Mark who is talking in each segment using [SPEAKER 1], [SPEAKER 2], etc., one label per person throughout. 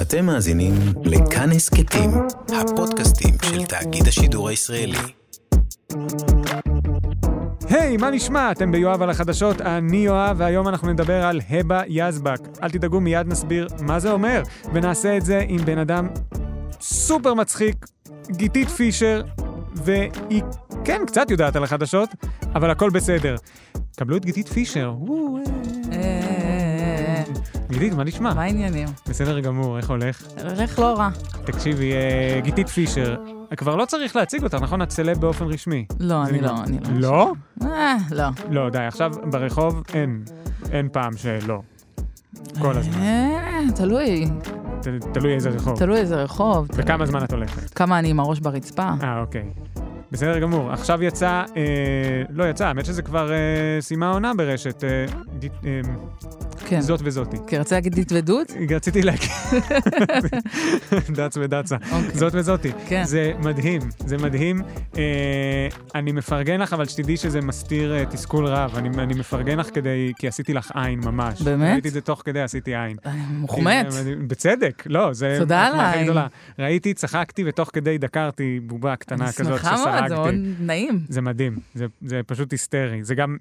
[SPEAKER 1] אתם מאזינים לכאן הסכתים, הפודקאסטים של תאגיד השידור הישראלי.
[SPEAKER 2] היי, hey, מה נשמע? אתם ביואב על החדשות, אני יואב, והיום אנחנו נדבר על הבה יזבק. אל תדאגו, מיד נסביר מה זה אומר, ונעשה את זה עם בן אדם סופר מצחיק, גיתית פישר, והיא כן קצת יודעת על החדשות, אבל הכל בסדר. קבלו את גיתית פישר. וואו, אה. גיתית, מה נשמע?
[SPEAKER 3] אה, מה העניינים?
[SPEAKER 2] בסדר גמור, איך הולך?
[SPEAKER 3] הולך לא רע.
[SPEAKER 2] תקשיבי, אה, גיתית פישר, כבר לא צריך להציג אותה, נכון? את סלב באופן רשמי.
[SPEAKER 3] לא,
[SPEAKER 2] זה
[SPEAKER 3] אני
[SPEAKER 2] נגמר.
[SPEAKER 3] לא, אני לא.
[SPEAKER 2] לא?
[SPEAKER 3] אה, לא.
[SPEAKER 2] לא, די, עכשיו ברחוב אין. אין פעם שלא. כל הזמן.
[SPEAKER 3] אה, תלוי,
[SPEAKER 2] ת- תלוי איזה רחוב.
[SPEAKER 3] תלוי איזה רחוב, תלוי
[SPEAKER 2] וכמה זמן את הולכת.
[SPEAKER 3] כמה אני עם הראש ברצפה.
[SPEAKER 2] אה, אוקיי. בסדר גמור. עכשיו יצא, אה, לא יצא, האמת שזה כבר אה, סיימה עונה ברשת, אה, די- אה,
[SPEAKER 3] כן.
[SPEAKER 2] זאת וזאתי.
[SPEAKER 3] כי רצה להגיד התוודות?
[SPEAKER 2] רציתי להגיד, דץ ודצה.
[SPEAKER 3] אוקיי.
[SPEAKER 2] זאת וזאתי.
[SPEAKER 3] כן.
[SPEAKER 2] זה מדהים, זה מדהים. אה, אני מפרגן לך, אבל שתדעי שזה מסתיר אה, תסכול רב. אני, אני מפרגן לך כדי, כי עשיתי לך עין ממש.
[SPEAKER 3] באמת?
[SPEAKER 2] ראיתי את זה תוך כדי, עשיתי עין.
[SPEAKER 3] אה, מוחמאת.
[SPEAKER 2] אה, מדהים. בצדק, לא, זה...
[SPEAKER 3] תודה על
[SPEAKER 2] מחמאה הכי
[SPEAKER 3] העין.
[SPEAKER 2] גדולה. ראיתי, צחקתי, ותוך כדי דקרתי בובה קטנה
[SPEAKER 3] אני
[SPEAKER 2] כזאת
[SPEAKER 3] שמחה
[SPEAKER 2] שסרגתי.
[SPEAKER 3] מאוד, זה מאוד נעים.
[SPEAKER 2] זה מדהים, זה, זה פשוט היסטרי. זה גם,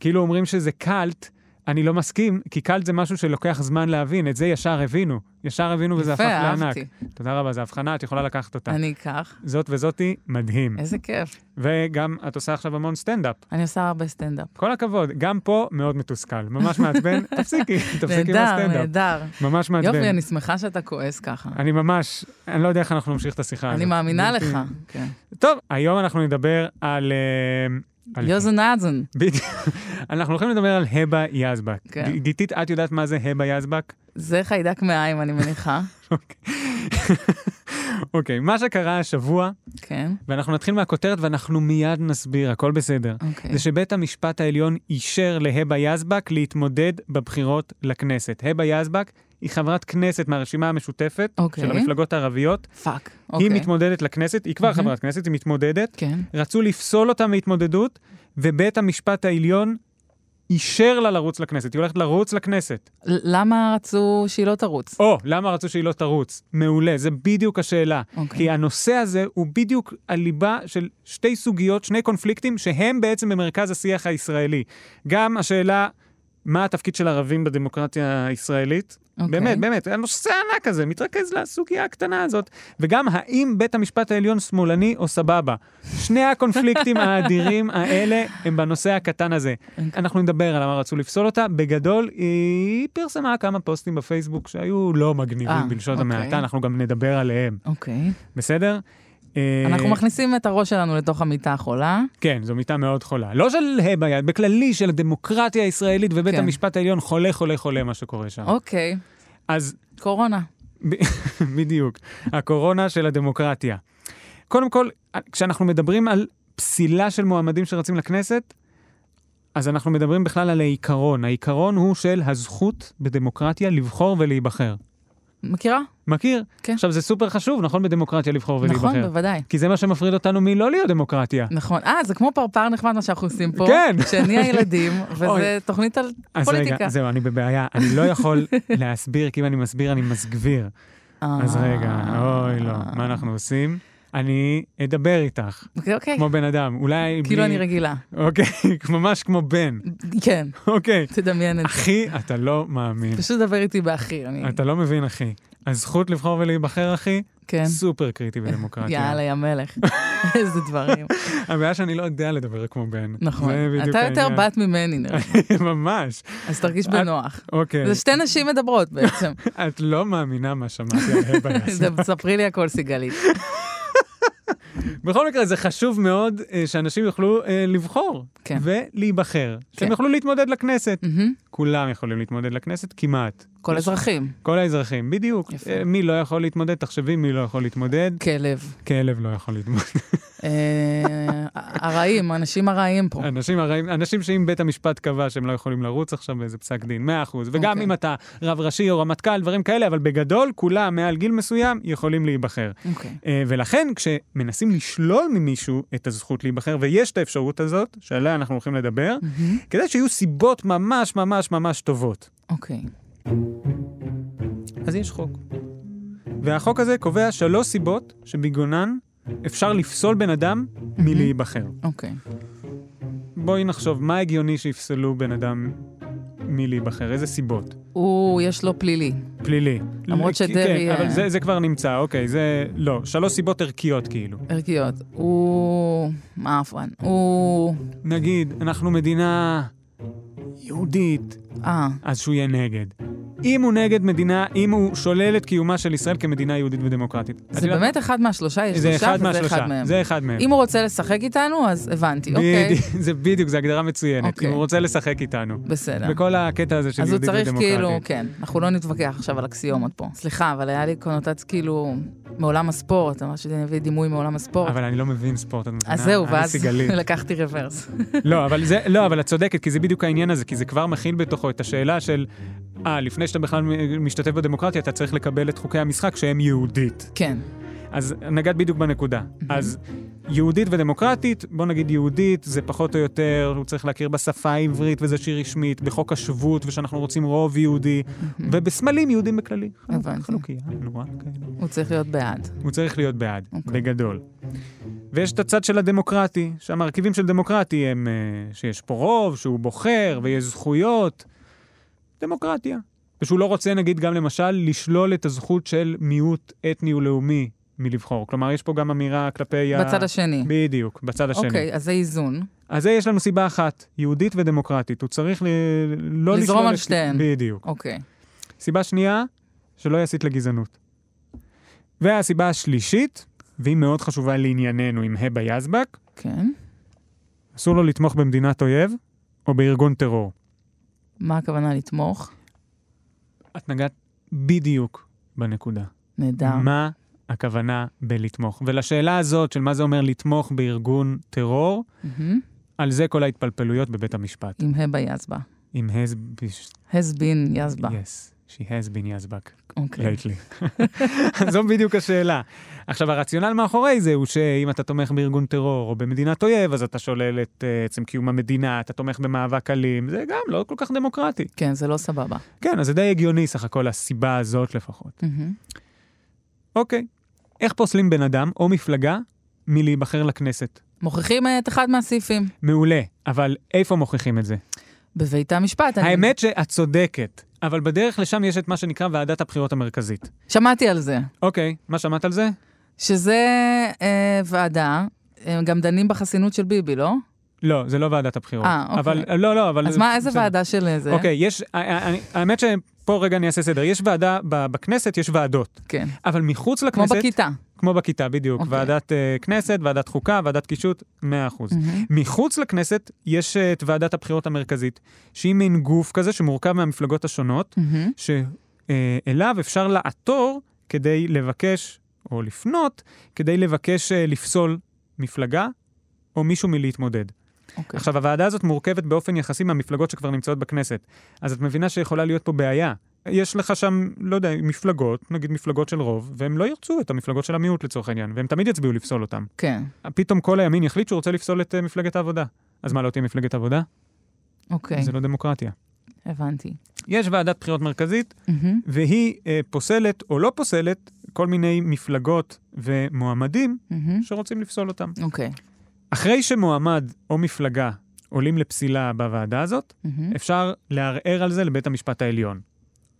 [SPEAKER 2] כאילו אומרים שזה קאלט, אני לא מסכים, כי קאלט זה משהו שלוקח זמן להבין, את זה ישר הבינו. ישר הבינו וזה
[SPEAKER 3] יפה,
[SPEAKER 2] הפך לענק.
[SPEAKER 3] אהבתי.
[SPEAKER 2] תודה רבה, זו הבחנה, את יכולה לקחת אותה.
[SPEAKER 3] אני אה- אקח.
[SPEAKER 2] זאת וזאתי, מדהים.
[SPEAKER 3] איזה כיף.
[SPEAKER 2] וגם את עושה עכשיו המון סטנדאפ.
[SPEAKER 3] אני עושה הרבה סטנדאפ.
[SPEAKER 2] כל הכבוד, גם פה מאוד מתוסכל, ממש מעצבן, תפסיקי, תפסיקי עם
[SPEAKER 3] נהדר,
[SPEAKER 2] הסטנדאפ.
[SPEAKER 3] נהדר.
[SPEAKER 2] ממש מעצבן.
[SPEAKER 3] יופי, אני שמחה שאתה כועס ככה.
[SPEAKER 2] אני ממש, אני לא יודע איך אנחנו נמשיך את השיחה הזאת.
[SPEAKER 3] אני מאמינה
[SPEAKER 2] בלתי-
[SPEAKER 3] לך. כן.
[SPEAKER 2] טוב, היום אנחנו נדבר על... אה, על-
[SPEAKER 3] יוזן אזן.
[SPEAKER 2] בדיוק. אנחנו הולכים לדבר על הבה יזבק.
[SPEAKER 3] כן.
[SPEAKER 2] ג- גיתית, את יודעת מה זה הבה יזבק?
[SPEAKER 3] זה חיידק מעיים, אני מניחה.
[SPEAKER 2] אוקיי, מה שקרה השבוע,
[SPEAKER 3] כן,
[SPEAKER 2] ואנחנו נתחיל מהכותרת ואנחנו מיד נסביר, הכל בסדר.
[SPEAKER 3] אוקיי.
[SPEAKER 2] זה שבית המשפט העליון אישר להבה יזבק להתמודד בבחירות לכנסת. הבה יזבק היא חברת כנסת מהרשימה המשותפת
[SPEAKER 3] אוקיי.
[SPEAKER 2] של המפלגות הערביות.
[SPEAKER 3] פאק.
[SPEAKER 2] היא
[SPEAKER 3] אוקיי.
[SPEAKER 2] מתמודדת לכנסת, היא כבר חברת כנסת, היא מתמודדת.
[SPEAKER 3] כן.
[SPEAKER 2] רצו לפסול אותה מהתמודדות, ובית המשפט העליון אישר לה לרוץ לכנסת. היא הולכת לרוץ לכנסת.
[SPEAKER 3] ל- למה רצו שהיא לא תרוץ?
[SPEAKER 2] או, למה רצו שהיא לא תרוץ? מעולה, זה בדיוק השאלה.
[SPEAKER 3] אוקיי.
[SPEAKER 2] כי הנושא הזה הוא בדיוק הליבה של שתי סוגיות, שני קונפליקטים, שהם בעצם במרכז השיח הישראלי. גם השאלה, מה התפקיד של ערבים בדמוקרטיה הישראלית? Okay.
[SPEAKER 3] אוקיי.
[SPEAKER 2] באמת, באמת, הנושא הענק הזה מתרכז לסוגיה הקטנה הזאת. וגם האם בית המשפט העליון שמאלני או סבבה. שני הקונפליקטים האדירים האלה הם בנושא הקטן הזה.
[SPEAKER 3] אוקיי.
[SPEAKER 2] אנחנו נדבר על למה רצו לפסול אותה. בגדול, היא פרסמה כמה פוסטים בפייסבוק שהיו לא מגניבים
[SPEAKER 3] אה,
[SPEAKER 2] בלשון
[SPEAKER 3] אוקיי.
[SPEAKER 2] המעטה, אנחנו גם נדבר עליהם,
[SPEAKER 3] אוקיי.
[SPEAKER 2] בסדר?
[SPEAKER 3] אנחנו
[SPEAKER 2] אה,
[SPEAKER 3] מכניסים את הראש שלנו לתוך המיטה החולה.
[SPEAKER 2] כן, זו מיטה מאוד חולה. לא של הבה, בכללי של הדמוקרטיה הישראלית ובית
[SPEAKER 3] כן.
[SPEAKER 2] המשפט העליון, חולה, חולה, חולה מה שקורה שם.
[SPEAKER 3] אוקיי,
[SPEAKER 2] אז
[SPEAKER 3] קורונה.
[SPEAKER 2] ב- בדיוק, הקורונה של הדמוקרטיה. קודם כל, כשאנחנו מדברים על פסילה של מועמדים שרצים לכנסת, אז אנחנו מדברים בכלל על העיקרון. העיקרון הוא של הזכות בדמוקרטיה לבחור ולהיבחר.
[SPEAKER 3] מכירה?
[SPEAKER 2] מכיר?
[SPEAKER 3] כן.
[SPEAKER 2] עכשיו, זה סופר חשוב, נכון, בדמוקרטיה לבחור ולהיבחר.
[SPEAKER 3] נכון, בוודאי.
[SPEAKER 2] כי זה מה שמפריד אותנו מלא להיות דמוקרטיה.
[SPEAKER 3] נכון. אה, זה כמו פרפר נחמד מה שאנחנו עושים פה.
[SPEAKER 2] כן.
[SPEAKER 3] שאני הילדים, וזה
[SPEAKER 2] אוי.
[SPEAKER 3] תוכנית על
[SPEAKER 2] אז
[SPEAKER 3] פוליטיקה.
[SPEAKER 2] רגע, זהו, אני בבעיה. אני לא יכול להסביר, כי אם אני מסביר, אני מסגביר.
[SPEAKER 3] אה.
[SPEAKER 2] אז רגע, אוי, לא, מה אנחנו עושים? אני אדבר איתך,
[SPEAKER 3] אוקיי, אוקיי.
[SPEAKER 2] כמו בן אדם. אולי...
[SPEAKER 3] כאילו
[SPEAKER 2] בלי-
[SPEAKER 3] אני רגילה.
[SPEAKER 2] אוקיי, ממש כמו בן.
[SPEAKER 3] כן,
[SPEAKER 2] אוקיי.
[SPEAKER 3] תדמיין את זה.
[SPEAKER 2] אחי, אתה לא מאמין.
[SPEAKER 3] פשוט דבר איתי באחי. אני-
[SPEAKER 2] אתה לא מבין, אחי. הזכות לבחור ולהיבחר, אחי,
[SPEAKER 3] כן.
[SPEAKER 2] סופר קריטי בדמוקרטיה.
[SPEAKER 3] יאללה, יא מלך. איזה דברים.
[SPEAKER 2] הבעיה שאני לא יודע לדבר כמו בן.
[SPEAKER 3] נכון.
[SPEAKER 2] זה בדיוק
[SPEAKER 3] אתה יותר
[SPEAKER 2] העניין. אה,
[SPEAKER 3] בת ממני, נראה. לי.
[SPEAKER 2] ממש.
[SPEAKER 3] אז תרגיש בנוח.
[SPEAKER 2] אוקיי.
[SPEAKER 3] זה שתי נשים מדברות בעצם.
[SPEAKER 2] את לא מאמינה מה שמעתי על היבה יזבק.
[SPEAKER 3] ספרי לי הכל, סיגלית.
[SPEAKER 2] בכל מקרה, זה חשוב מאוד אה, שאנשים יוכלו אה, לבחור
[SPEAKER 3] כן.
[SPEAKER 2] ולהיבחר. שהם
[SPEAKER 3] כן.
[SPEAKER 2] יוכלו להתמודד לכנסת.
[SPEAKER 3] מהמם.
[SPEAKER 2] כולם יכולים להתמודד לכנסת, כמעט.
[SPEAKER 3] כל
[SPEAKER 2] יש-
[SPEAKER 3] אזרחים.
[SPEAKER 2] כל האזרחים, בדיוק.
[SPEAKER 3] יפה.
[SPEAKER 2] אה, מי לא יכול להתמודד? תחשבי מי לא יכול להתמודד.
[SPEAKER 3] כלב.
[SPEAKER 2] כלב לא יכול להתמודד.
[SPEAKER 3] אה, הרעים, האנשים הרעים פה.
[SPEAKER 2] אנשים, הרי, אנשים שאם בית המשפט קבע שהם לא יכולים לרוץ עכשיו באיזה פסק דין, 100%. וגם
[SPEAKER 3] אוקיי.
[SPEAKER 2] אם אתה רב ראשי או רמטכ"ל, דברים כאלה, אבל בגדול, כולם מעל גיל מסוים יכולים להיבחר.
[SPEAKER 3] אוקיי.
[SPEAKER 2] אה, ולכן, כשמנסים לשלול ממישהו את הזכות להיבחר, ויש את האפשרות הזאת, שעליה אנחנו הולכים לדבר,
[SPEAKER 3] מהמם.
[SPEAKER 2] כדי שיהיו סיבות ממש ממש ממש טובות.
[SPEAKER 3] אוקיי.
[SPEAKER 2] אז יש חוק. והחוק הזה קובע שלוש סיבות שבגונן אפשר לפסול בן אדם מלהיבחר.
[SPEAKER 3] אוקיי.
[SPEAKER 2] בואי נחשוב, מה הגיוני שיפסלו בן אדם מלהיבחר? איזה סיבות?
[SPEAKER 3] הוא, יש לו פלילי.
[SPEAKER 2] פלילי.
[SPEAKER 3] למרות
[SPEAKER 2] כן,
[SPEAKER 3] שדרעי,
[SPEAKER 2] אבל
[SPEAKER 3] אה,
[SPEAKER 2] זה, זה כבר נמצא, אוקיי, זה... לא, שלוש סיבות ערכיות כאילו.
[SPEAKER 3] ערכיות. הוא... מה עפרן? הוא...
[SPEAKER 2] נגיד, אנחנו מדינה יהודית,
[SPEAKER 3] אה,
[SPEAKER 2] אז שהוא יהיה נגד. אם הוא נגד מדינה, אם הוא שולל את קיומה של ישראל כמדינה יהודית ודמוקרטית. את
[SPEAKER 3] זה
[SPEAKER 2] יודעת-
[SPEAKER 3] באמת אחד מהשלושה, יש
[SPEAKER 2] לא- זה
[SPEAKER 3] שלושה
[SPEAKER 2] אחד
[SPEAKER 3] וזה אחד
[SPEAKER 2] מהשלושה,
[SPEAKER 3] מהם.
[SPEAKER 2] זה אחד מהם.
[SPEAKER 3] אם הוא רוצה לשחק איתנו, אז הבנתי, אוקיי.
[SPEAKER 2] בדיוק, זה בדיוק, זו הגדרה מצוינת.
[SPEAKER 3] אוקיי.
[SPEAKER 2] אם הוא רוצה לשחק איתנו.
[SPEAKER 3] בסדר.
[SPEAKER 2] בכל הקטע הזה של
[SPEAKER 3] אז הוא
[SPEAKER 2] יהודית
[SPEAKER 3] צריך
[SPEAKER 2] ודמוקרטית.
[SPEAKER 3] כאילו, כן, אנחנו לא נתווכח עכשיו על אקסיומות פה. סליחה, אבל היה לי קונוטציה כאילו מעולם הספורט, אמרת שאני אביא דימוי מעולם הספורט.
[SPEAKER 2] אבל אני לא מבין ספורט, את מבינה?
[SPEAKER 3] כאילו אז זהו,
[SPEAKER 2] אני
[SPEAKER 3] ואז
[SPEAKER 2] סיגלית.
[SPEAKER 3] לקחתי רוורס.
[SPEAKER 2] לא, אבל זה, לא, אבל את צודקת, כי זה בדיוק העניין הזה, כי זה כבר מכיל בתוכו את השאלה של, אה, לפני שאתה בכלל משתתף בדמוקרטיה, אתה צריך לקבל את חוקי המשחק שהם יהודית.
[SPEAKER 3] כן,
[SPEAKER 2] אז נגעת בדיוק בנקודה. אז יהודית ודמוקרטית, בוא נגיד יהודית, זה פחות או יותר, הוא צריך להכיר בשפה העברית וזה שהיא רשמית, בחוק השבות ושאנחנו רוצים רוב יהודי, ובסמלים יהודים בכללי. כן. חלוק-
[SPEAKER 3] הבנתי.
[SPEAKER 2] חלוקיה, נורא כאלה.
[SPEAKER 3] הוא צריך להיות בעד.
[SPEAKER 2] הוא צריך להיות בעד, okay.
[SPEAKER 3] אוקיי.
[SPEAKER 2] בגדול. ויש את הצד של הדמוקרטי, שהמרכיבים של דמוקרטי הם אה, שיש פה רוב, שהוא בוחר ויש זכויות. דמוקרטיה. ושהוא לא רוצה, נגיד, גם למשל, לשלול את הזכות של מיעוט אתני ולאומי מלבחור. כלומר, יש פה גם אמירה כלפי ה...
[SPEAKER 3] בצד השני.
[SPEAKER 2] בדיוק, בצד השני.
[SPEAKER 3] אוקיי, אז זה איזון.
[SPEAKER 2] אז זה יש לנו סיבה אחת, יהודית ודמוקרטית. הוא צריך ל... לא
[SPEAKER 3] לזרום
[SPEAKER 2] לשלול...
[SPEAKER 3] על
[SPEAKER 2] את-
[SPEAKER 3] שתיהן.
[SPEAKER 2] בדיוק.
[SPEAKER 3] אוקיי.
[SPEAKER 2] סיבה שנייה, שלא יסית לגזענות. והסיבה השלישית, והיא מאוד חשובה לענייננו עם היבה יזבק,
[SPEAKER 3] כן.
[SPEAKER 2] אסור לו לתמוך במדינת אויב או בארגון טרור.
[SPEAKER 3] מה הכוונה לתמוך?
[SPEAKER 2] את נגעת בדיוק בנקודה.
[SPEAKER 3] נהדר.
[SPEAKER 2] מה הכוונה בלתמוך? ולשאלה הזאת של מה זה אומר לתמוך בארגון טרור,
[SPEAKER 3] מהמם.
[SPEAKER 2] על זה כל ההתפלפלויות בבית המשפט.
[SPEAKER 3] עם הבה יזבה.
[SPEAKER 2] עם has
[SPEAKER 3] has been יזבה.
[SPEAKER 2] Yes, she has been יזבק.
[SPEAKER 3] אוקיי.
[SPEAKER 2] לייטלי. זו בדיוק השאלה. עכשיו, הרציונל מאחורי זה הוא שאם אתה תומך בארגון טרור או במדינת אויב, אז אתה שולל את אה, עצם קיום המדינה, אתה תומך במאבק אלים, זה גם לא כל כך דמוקרטי.
[SPEAKER 3] כן, זה לא סבבה.
[SPEAKER 2] כן, אז זה די הגיוני סך הכל, הסיבה הזאת לפחות.
[SPEAKER 3] מהמם.
[SPEAKER 2] אוקיי, איך פוסלים בן אדם או מפלגה מלהיבחר לכנסת?
[SPEAKER 3] מוכיחים אה, את אחד מהסעיפים.
[SPEAKER 2] מעולה, אבל איפה מוכיחים את זה?
[SPEAKER 3] בבית המשפט. אני-
[SPEAKER 2] האמת שאת צודקת, אבל בדרך לשם יש את מה שנקרא ועדת הבחירות המרכזית.
[SPEAKER 3] שמעתי על זה.
[SPEAKER 2] אוקיי, מה שמעת על זה?
[SPEAKER 3] שזה אה, ועדה, הם גם דנים בחסינות של ביבי, לא?
[SPEAKER 2] לא, זה לא ועדת הבחירות.
[SPEAKER 3] אה, אוקיי.
[SPEAKER 2] אבל, לא, לא, אבל...
[SPEAKER 3] אז מה, איזה
[SPEAKER 2] בסדר.
[SPEAKER 3] ועדה של אה, זה?
[SPEAKER 2] אוקיי, יש... ה- ה- אני- האמת שפה רגע אני אעשה סדר. יש ועדה, ב- בכנסת יש ועדות.
[SPEAKER 3] כן.
[SPEAKER 2] אבל מחוץ
[SPEAKER 3] כמו
[SPEAKER 2] לכנסת...
[SPEAKER 3] בכיתה.
[SPEAKER 2] כמו בכיתה, בדיוק.
[SPEAKER 3] אוקיי.
[SPEAKER 2] ועדת אה, כנסת, ועדת חוקה, ועדת קישוט, 100%.
[SPEAKER 3] מהמם.
[SPEAKER 2] מחוץ לכנסת יש אה, את ועדת הבחירות המרכזית, שהיא מין גוף כזה שמורכב מהמפלגות השונות,
[SPEAKER 3] מהמם.
[SPEAKER 2] שאליו אפשר לעתור כדי לבקש, או לפנות, כדי לבקש אה, לפסול מפלגה או מישהו מלהתמודד.
[SPEAKER 3] אוקיי.
[SPEAKER 2] עכשיו, הוועדה הזאת מורכבת באופן יחסי מהמפלגות שכבר נמצאות בכנסת. אז את מבינה שיכולה להיות פה בעיה. יש לך שם, לא יודע, מפלגות, נגיד מפלגות של רוב, והם לא ירצו את המפלגות של המיעוט לצורך העניין, והם תמיד יצביעו לפסול אותם.
[SPEAKER 3] כן,
[SPEAKER 2] פתאום כל הימין יחליט שהוא רוצה לפסול את אה, מפלגת העבודה. אז מה, לא תהיה מפלגת עבודה?
[SPEAKER 3] אוקיי,
[SPEAKER 2] זה לא דמוקרטיה.
[SPEAKER 3] הבנתי.
[SPEAKER 2] יש ועדת בחירות מרכזית,
[SPEAKER 3] מהמם.
[SPEAKER 2] והיא אה, פוסלת או לא פוסלת כל מיני מפלגות ומועמדים
[SPEAKER 3] מהמם.
[SPEAKER 2] שרוצים לפסול אותם.
[SPEAKER 3] אוקיי.
[SPEAKER 2] אחרי שמועמד או מפלגה עולים לפסילה בוועדה הזאת,
[SPEAKER 3] מהמם.
[SPEAKER 2] אפשר לערער על זה לבית המשפט העליון.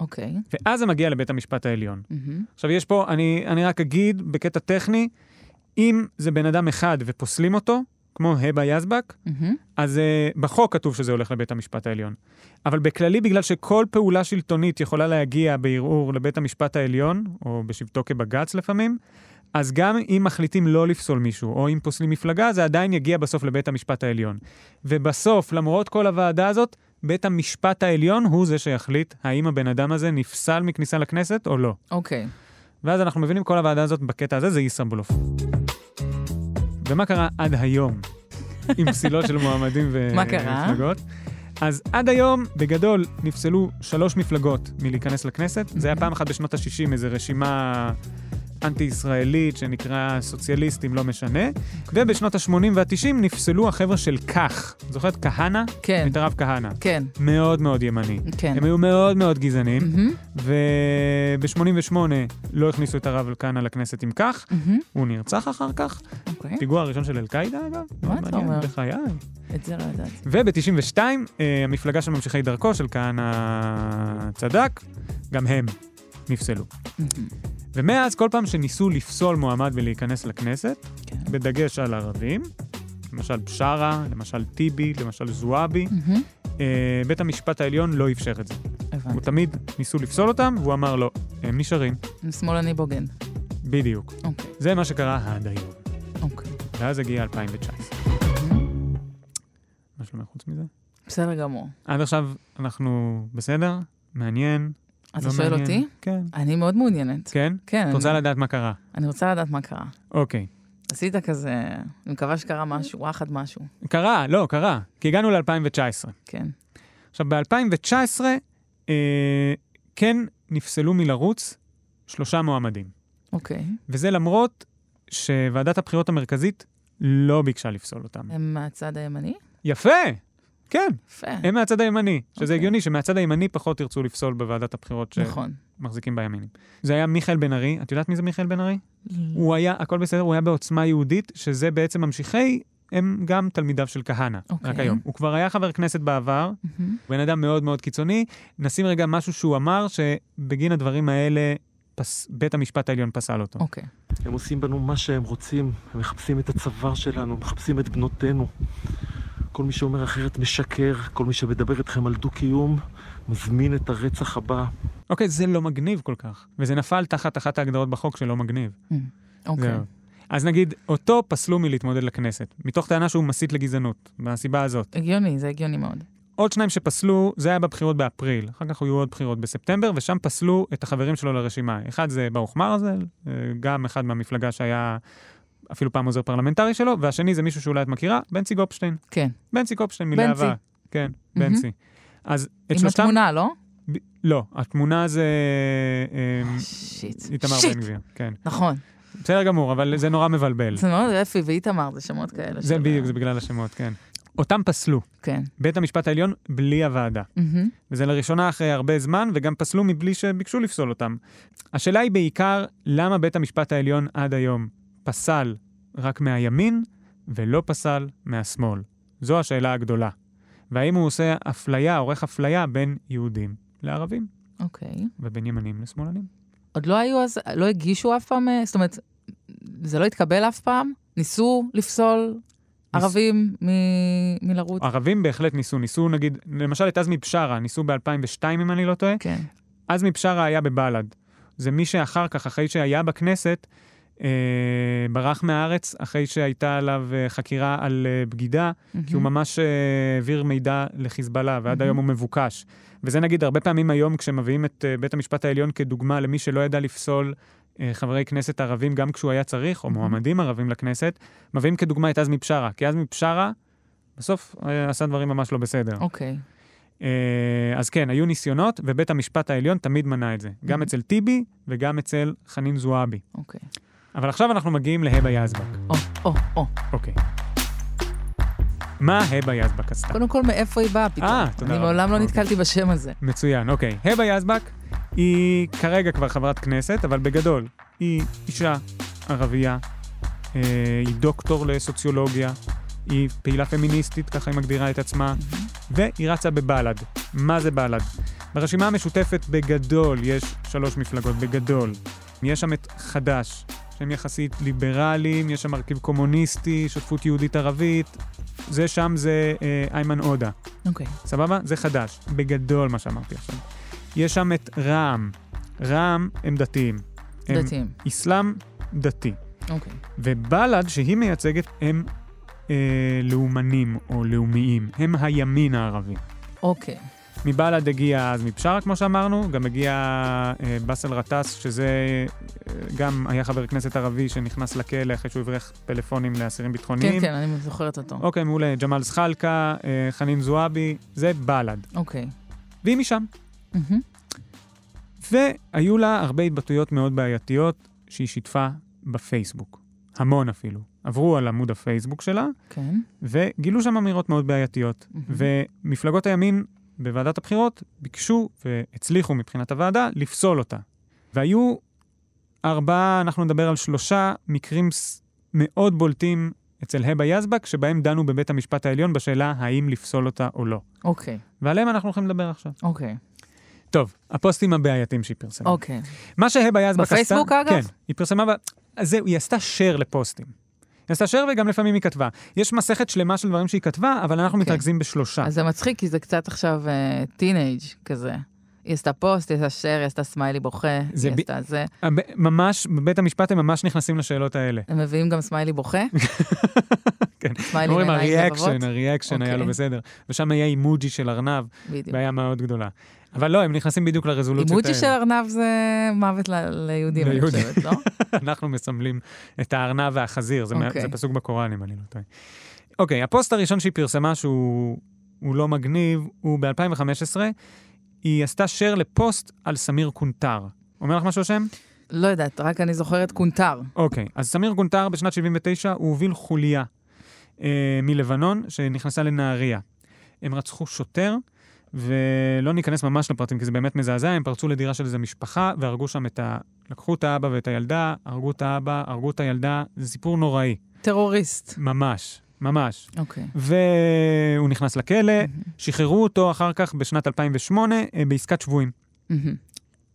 [SPEAKER 3] אוקיי.
[SPEAKER 2] ואז זה מגיע לבית המשפט העליון.
[SPEAKER 3] מהמם.
[SPEAKER 2] עכשיו, יש פה, אני, אני רק אגיד בקטע טכני, אם זה בן אדם אחד ופוסלים אותו, כמו היבה יזבק,
[SPEAKER 3] מהמם.
[SPEAKER 2] אז uh, בחוק כתוב שזה הולך לבית המשפט העליון. אבל בכללי, בגלל שכל פעולה שלטונית יכולה להגיע בערעור לבית המשפט העליון, או בשבתו כבג"ץ לפעמים, אז גם אם מחליטים לא לפסול מישהו, או אם פוסלים מפלגה, זה עדיין יגיע בסוף לבית המשפט העליון. ובסוף, למרות כל הוועדה הזאת, בית המשפט העליון הוא זה שיחליט האם הבן אדם הזה נפסל מכניסה לכנסת או לא.
[SPEAKER 3] אוקיי.
[SPEAKER 2] ואז אנחנו מבינים כל הוועדה הזאת בקטע הזה זה ישראבלוף. ומה קרה עד היום עם פסילות של מועמדים
[SPEAKER 3] מה קרה?
[SPEAKER 2] ומפלגות? אז עד היום, בגדול, נפסלו שלוש מפלגות מלהיכנס לכנסת. זה היה פעם אחת בשנות ה-60, איזו רשימה אנטי-ישראלית שנקרא סוציאליסטים, לא משנה. ובשנות ה-80 וה-90 נפסלו החבר'ה של כך. זוכרת כהנא?
[SPEAKER 3] כן.
[SPEAKER 2] את הרב כהנא.
[SPEAKER 3] כן.
[SPEAKER 2] מאוד מאוד ימני.
[SPEAKER 3] כן.
[SPEAKER 2] הם היו מאוד מאוד גזענים,
[SPEAKER 3] Mhm.
[SPEAKER 2] וב-88 לא הכניסו את הרב כהנא לכנסת עם כך.
[SPEAKER 3] מהמם,
[SPEAKER 2] הוא נרצח אחר כך.
[SPEAKER 3] אוקיי,
[SPEAKER 2] פיגוע הראשון של אל-קאידה, אגב.
[SPEAKER 3] מה
[SPEAKER 2] מאוד
[SPEAKER 3] אתה
[SPEAKER 2] מעניין,
[SPEAKER 3] אומר?
[SPEAKER 2] בחיי.
[SPEAKER 3] את זה לא ידעתי.
[SPEAKER 2] וב-92, אה, המפלגה של ממשיכי דרכו, של כהנא צדק, גם הם נפסלו.
[SPEAKER 3] מהמם,
[SPEAKER 2] Mm-hmm, ומאז, כל פעם שניסו לפסול מועמד ולהיכנס לכנסת,
[SPEAKER 3] כן.
[SPEAKER 2] בדגש על ערבים, למשל בשארה, למשל טיבי, למשל זועבי,
[SPEAKER 3] מהמם,
[SPEAKER 2] אה, בית המשפט העליון לא אפשר את
[SPEAKER 3] אה.
[SPEAKER 2] זה. הוא
[SPEAKER 3] Mm-hmm. הבנתי.
[SPEAKER 2] תמיד ניסו לפסול אותם, והוא אמר לא, הם נשארים.
[SPEAKER 3] שמאלני בוגן.
[SPEAKER 2] בדיוק.
[SPEAKER 3] אוקיי,
[SPEAKER 2] זה מה שקרה עד היום.
[SPEAKER 3] אוקיי.
[SPEAKER 2] ואז הגיע 2019. מה שלומך לא חוץ מזה?
[SPEAKER 3] בסדר גמור.
[SPEAKER 2] עד עכשיו אנחנו בסדר? מעניין?
[SPEAKER 3] אתה
[SPEAKER 2] לא
[SPEAKER 3] שואל
[SPEAKER 2] מעניין?
[SPEAKER 3] אותי?
[SPEAKER 2] כן.
[SPEAKER 3] אני מאוד מעוניינת.
[SPEAKER 2] כן?
[SPEAKER 3] כן,
[SPEAKER 2] את
[SPEAKER 3] אני-
[SPEAKER 2] רוצה לדעת מה קרה.
[SPEAKER 3] אני רוצה לדעת מה קרה.
[SPEAKER 2] אוקיי.
[SPEAKER 3] עשית כזה, אני מקווה שקרה משהו, וואחד משהו.
[SPEAKER 2] קרה, לא, קרה. כי הגענו ל-2019.
[SPEAKER 3] כן.
[SPEAKER 2] עכשיו, ב-2019 אה, כן נפסלו מלרוץ שלושה מועמדים.
[SPEAKER 3] אוקיי.
[SPEAKER 2] וזה למרות שוועדת הבחירות המרכזית לא ביקשה לפסול אותם.
[SPEAKER 3] הם מהצד הימני?
[SPEAKER 2] יפה! כן,
[SPEAKER 3] יפה.
[SPEAKER 2] הם מהצד הימני. שזה
[SPEAKER 3] אוקיי.
[SPEAKER 2] הגיוני שמהצד הימני פחות ירצו לפסול בוועדת הבחירות
[SPEAKER 3] נכון.
[SPEAKER 2] שמחזיקים בימינים. זה היה מיכאל בן ארי. את יודעת מי זה מיכאל בן ארי? הוא היה, הכל בסדר, הוא היה בעוצמה יהודית, שזה בעצם ממשיכי, הם גם תלמידיו של כהנא,
[SPEAKER 3] אוקיי.
[SPEAKER 2] רק היום. הוא כבר היה חבר כנסת בעבר,
[SPEAKER 3] מהמם,
[SPEAKER 2] בן אדם מאוד מאוד קיצוני. נשים רגע משהו שהוא אמר, שבגין הדברים האלה פס, בית המשפט העליון פסל אותו.
[SPEAKER 3] אוקיי.
[SPEAKER 4] הם עושים בנו מה שהם רוצים, הם מחפשים את הצוואר שלנו, מחפשים את בנותינו. כל מי שאומר אחרת משקר, כל מי שמדבר איתכם על דו-קיום, מזמין את הרצח הבא.
[SPEAKER 2] אוקיי, זה לא מגניב כל כך, וזה נפל תחת אחת ההגדרות בחוק שלא מגניב.
[SPEAKER 3] אוקיי.
[SPEAKER 2] זהו. אז נגיד, אותו פסלו מלהתמודד לכנסת, מתוך טענה שהוא מסית לגזענות, מהסיבה הזאת.
[SPEAKER 3] הגיוני, זה הגיוני מאוד.
[SPEAKER 2] עוד שניים שפסלו, זה היה בבחירות באפריל, אחר כך היו עוד בחירות בספטמבר, ושם פסלו את החברים שלו לרשימה. אחד זה ברוך מרזל, אה, גם אחד מהמפלגה שהיה אפילו פעם עוזר פרלמנטרי שלו, והשני זה מישהו שאולי את מכירה, בנצי גופשטיין.
[SPEAKER 3] כן.
[SPEAKER 2] בנצי גופשטיין
[SPEAKER 3] בנצי.
[SPEAKER 2] מלהבה. כן,
[SPEAKER 3] מהמם.
[SPEAKER 2] בנצי. אז את
[SPEAKER 3] עם
[SPEAKER 2] שלושתם...
[SPEAKER 3] התמונה, לא?
[SPEAKER 2] ב- לא, התמונה זה אה,
[SPEAKER 3] שיט.
[SPEAKER 2] איתמר
[SPEAKER 3] שיט.
[SPEAKER 2] בן גביר, כן.
[SPEAKER 3] נכון.
[SPEAKER 2] בסדר גמור, אבל זה נורא מבלבל.
[SPEAKER 3] זה מאוד אפי ואיתמר, זה שמות כאלה.
[SPEAKER 2] זה
[SPEAKER 3] של-
[SPEAKER 2] בדיוק, זה בגלל השמות, כן. אותם פסלו,
[SPEAKER 3] כן.
[SPEAKER 2] בית המשפט העליון, בלי הוועדה.
[SPEAKER 3] מהמם,
[SPEAKER 2] וזה לראשונה אחרי הרבה זמן, וגם פסלו מבלי שביקשו לפסול אותם. השאלה היא בעיקר, למה בית המשפט העליון עד היום פסל רק מהימין, ולא פסל מהשמאל? זו השאלה הגדולה. והאם הוא עושה אפליה, עורך אפליה בין יהודים לערבים,
[SPEAKER 3] אוקיי.
[SPEAKER 2] ובין ימנים לשמאלנים?
[SPEAKER 3] עוד לא היו אז, לא הגישו אף פעם, אה, זאת אומרת, זה לא התקבל אף פעם? ניסו לפסול ערבים מ- מלרוץ?
[SPEAKER 2] ערבים בהחלט ניסו, ניסו נגיד, למשל את עזמי בשארה, ניסו ב-2002 אם אני לא טועה,
[SPEAKER 3] כן.
[SPEAKER 2] עזמי בשארה היה בבל"ד. זה מי שאחר כך, אחרי שהיה בכנסת, אה, ברח מהארץ, אחרי שהייתה עליו אה, חקירה על אה, בגידה, כי הוא
[SPEAKER 3] מהמם,
[SPEAKER 2] ממש אה, העביר מידע לחיזבאללה, ועד
[SPEAKER 3] מהמם.
[SPEAKER 2] היום הוא מבוקש. וזה נגיד, הרבה פעמים היום כשמביאים את אה, בית המשפט העליון כדוגמה למי שלא ידע לפסול אה, חברי כנסת ערבים גם כשהוא היה צריך, או
[SPEAKER 3] מהמם.
[SPEAKER 2] מועמדים ערבים לכנסת, מביאים כדוגמה את עזמי בשארה. כי עזמי בשארה בסוף אה, עשה דברים ממש לא בסדר.
[SPEAKER 3] אוקיי.
[SPEAKER 2] אה, אז כן, היו ניסיונות, ובית המשפט העליון תמיד מנע את זה. גם
[SPEAKER 3] Mhm.
[SPEAKER 2] אצל טיבי וגם אצל חנין זועבי.
[SPEAKER 3] אוקיי.
[SPEAKER 2] אבל עכשיו אנחנו מגיעים להיבה יזבק.
[SPEAKER 3] או, או, או.
[SPEAKER 2] אוקיי. מה היבה יזבק עשתה?
[SPEAKER 3] קודם כל, מאיפה היא באה פתאום?
[SPEAKER 2] אה, תודה
[SPEAKER 3] אני
[SPEAKER 2] רבה.
[SPEAKER 3] מעולם לא
[SPEAKER 2] אוקיי.
[SPEAKER 3] נתקלתי בשם הזה.
[SPEAKER 2] מצוין, אוקיי. היבה יזבק היא כרגע כבר חברת כנסת, אבל בגדול, היא אישה ערבייה, אה, היא דוקטור לסוציולוגיה, היא פעילה פמיניסטית, ככה היא מגדירה את עצמה, והיא רצה בבל"ד. מה זה בל"ד? ברשימה המשותפת בגדול יש שלוש מפלגות, בגדול. יש שם את חד"ש, שהם יחסית ליברליים, יש שם מרכיב קומוניסטי, שותפות יהודית-ערבית, זה שם זה אה, איימן עודה.
[SPEAKER 3] אוקיי.
[SPEAKER 2] סבבה? זה חדש, בגדול מה שאמרתי עכשיו. יש שם את רע"מ. רע"מ הם דתיים. הם
[SPEAKER 3] דתיים.
[SPEAKER 2] אסלאם דתי.
[SPEAKER 3] אוקיי.
[SPEAKER 2] ובל"ד, שהיא מייצגת, הם אה, לאומנים או לאומיים. הם הימין הערבי.
[SPEAKER 3] אוקיי.
[SPEAKER 2] מבל"ד הגיע עזמי בשארה, כמו שאמרנו, גם הגיע אה, באסל גטאס, שזה אה, גם היה חבר כנסת ערבי שנכנס לכלא אחרי שהוא הבריח פלאפונים לאסירים ביטחוניים.
[SPEAKER 3] כן, כן, אני זוכרת אותו.
[SPEAKER 2] אוקיי, מעולה. ג'מאל זחאלקה, אה, חנין זועבי, זה בל"ד.
[SPEAKER 3] אוקיי.
[SPEAKER 2] והיא משם.
[SPEAKER 3] מהמם,
[SPEAKER 2] והיו לה הרבה התבטאויות מאוד בעייתיות, שהיא שיתפה בפייסבוק. המון אפילו. עברו על עמוד הפייסבוק שלה,
[SPEAKER 3] כן.
[SPEAKER 2] וגילו שם אמירות מאוד בעייתיות. ומפלגות הימין בוועדת הבחירות ביקשו, והצליחו מבחינת הוועדה, לפסול אותה. והיו ארבעה, אנחנו נדבר על שלושה מקרים ס- מאוד בולטים אצל היבה יזבק, שבהם דנו בבית המשפט העליון בשאלה האם לפסול אותה או לא.
[SPEAKER 3] אוקיי,
[SPEAKER 2] ועליהם אנחנו הולכים לדבר עכשיו.
[SPEAKER 3] אוקיי,
[SPEAKER 2] אה. טוב, הפוסטים הבעייתיים שהיא פרסמה.
[SPEAKER 3] אוקיי.
[SPEAKER 2] מה שהיבה יזבק עשתה...
[SPEAKER 3] בפייסבוק, אגב?
[SPEAKER 2] כן, היא פרסמה... ב- אז זהו, היא עשתה share לפוסטים. היא עשתה share וגם לפעמים היא כתבה. יש מסכת שלמה של דברים שהיא כתבה, אבל אנחנו
[SPEAKER 3] אוקיי.
[SPEAKER 2] מתרכזים בשלושה.
[SPEAKER 3] אז זה מצחיק, כי זה קצת עכשיו טינג' כזה. היא עשתה פוסט, היא עשתה שייר, היא עשתה סמיילי בוכה,
[SPEAKER 2] זה
[SPEAKER 3] היא
[SPEAKER 2] ב-
[SPEAKER 3] עשתה זה.
[SPEAKER 2] הב- ממש, בבית המשפט הם ממש נכנסים לשאלות האלה.
[SPEAKER 3] הם מביאים גם סמיילי בוכה?
[SPEAKER 2] כן.
[SPEAKER 3] סמיילי
[SPEAKER 2] אומרים,
[SPEAKER 3] בעיניים
[SPEAKER 2] הריאקשן,
[SPEAKER 3] לבבות?
[SPEAKER 2] הריאקשן היה
[SPEAKER 3] אוקיי.
[SPEAKER 2] לא בסדר. ושם היה אימוג'י של ארנב,
[SPEAKER 3] בדיוק.
[SPEAKER 2] בעיה מאוד גדולה. אבל לא, הם נכנסים בדיוק לרזולוציות
[SPEAKER 3] אימוג'י של
[SPEAKER 2] האלה.
[SPEAKER 3] ארנב זה מוות ל- ליהודים, אני
[SPEAKER 2] ליהודים.
[SPEAKER 3] חושבת, לא?
[SPEAKER 2] אנחנו מסמלים את הארנב והחזיר, זה מה-
[SPEAKER 3] אוקיי.
[SPEAKER 2] זה פסוק בקוראן, אם אני לא טועה. אוקיי, הפוסט הראשון שהיא פרסמה, שהוא הוא לא מגניב, הוא ב-2015. היא עשתה share לפוסט על סמיר קונטר. אומר לך משהו השם?
[SPEAKER 3] לא יודעת, רק אני זוכרת קונטר.
[SPEAKER 2] אוקיי, אז סמיר גונטר בשנת 79, הוא הוביל חוליה אה, מלבנון שנכנסה לנהריה. הם רצחו שוטר, ולא ניכנס ממש לפרטים, כי זה באמת מזעזע, הם פרצו לדירה של איזה משפחה והרגו שם את ה... לקחו את האבא ואת הילדה, הרגו את האבא, הרגו את הילדה, זה סיפור נוראי,
[SPEAKER 3] טרוריסט.
[SPEAKER 2] ממש, ממש.
[SPEAKER 3] אוקיי.
[SPEAKER 2] והוא נכנס לכלא, שחררו אותו אחר כך בשנת 2008 אה, בעסקת שבויים.
[SPEAKER 3] מהמם.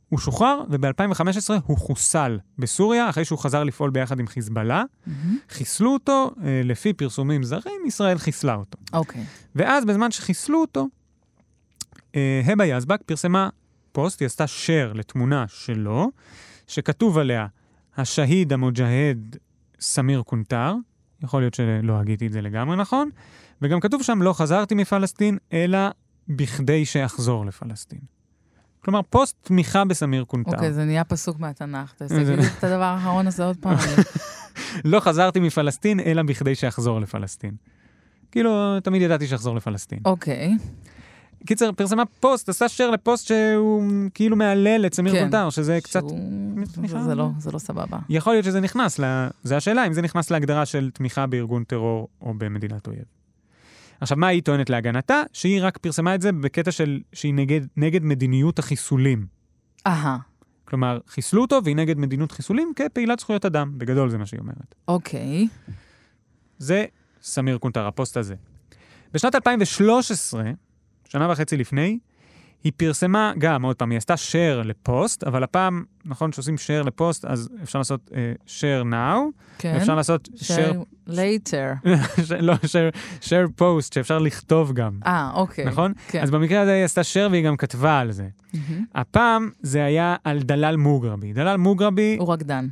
[SPEAKER 2] הוא שוחרר, וב-2015 הוא חוסל בסוריה, אחרי שהוא חזר לפעול ביחד עם חיזבאללה.
[SPEAKER 3] מהמם.
[SPEAKER 2] חיסלו אותו, אה, לפי פרסומים זרים, ישראל חיסלה אותו.
[SPEAKER 3] אוקיי.
[SPEAKER 2] ואז בזמן שחיסלו אותו, אה, היבה יזבק פרסמה פוסט, היא עשתה share לתמונה שלו, שכתוב עליה, השהיד המוג'הד סמיר קונטר, יכול להיות שלא הגיתי את זה לגמרי נכון, וגם כתוב שם, לא חזרתי מפלסטין, אלא בכדי שאחזור לפלסטין. כלומר, פוסט תמיכה בסמיר קונטר.
[SPEAKER 3] אוקיי, זה נהיה פסוק מהתנ"ך. תעשה
[SPEAKER 2] זה-
[SPEAKER 3] בדיוק את הדבר האחרון הזה עוד פעם.
[SPEAKER 2] לא חזרתי מפלסטין, אלא בכדי שאחזור לפלסטין. כאילו, תמיד ידעתי שאחזור לפלסטין.
[SPEAKER 3] אוקיי.
[SPEAKER 2] קיצר, פרסמה פוסט, עשה share לפוסט שהוא כאילו מהלל את סמיר
[SPEAKER 3] כן.
[SPEAKER 2] גונטר, שזה קצת...
[SPEAKER 3] שהוא-
[SPEAKER 2] סליחה.
[SPEAKER 3] זה לא- זה לא סבבה.
[SPEAKER 2] יכול להיות שזה נכנס, ל... זה השאלה, אם זה נכנס להגדרה של תמיכה בארגון טרור או במדינת אויב. עכשיו, מה היא טוענת להגנתה? שהיא רק פרסמה את זה בקטע של שהיא נגד, נגד מדיניות החיסולים.
[SPEAKER 3] אהה,
[SPEAKER 2] כלומר, חיסלו אותו והיא נגד מדיניות חיסולים כפעילת זכויות אדם. בגדול זה מה שהיא אומרת.
[SPEAKER 3] אוקיי.
[SPEAKER 2] זה סמיר קונטר, הפוסט הזה. בשנת 2013, שנה וחצי לפני, היא פרסמה גם, עוד פעם, היא עשתה share לפוסט, אבל הפעם, נכון שעושים share לפוסט, אז אפשר לעשות אה, share now,
[SPEAKER 3] כן.
[SPEAKER 2] אפשר לעשות
[SPEAKER 3] share
[SPEAKER 2] share,
[SPEAKER 3] later.
[SPEAKER 2] לא, share, share post, שאפשר לכתוב גם,
[SPEAKER 3] אה, אוקיי.
[SPEAKER 2] נכון?
[SPEAKER 3] כן. Mm-hmm.
[SPEAKER 2] אז במקרה הזה היא עשתה share והיא גם כתבה על זה.
[SPEAKER 3] מהמם.
[SPEAKER 2] הפעם זה היה על דלאל מוגרבי. דלאל מוגרבי,
[SPEAKER 3] הוא רקדן.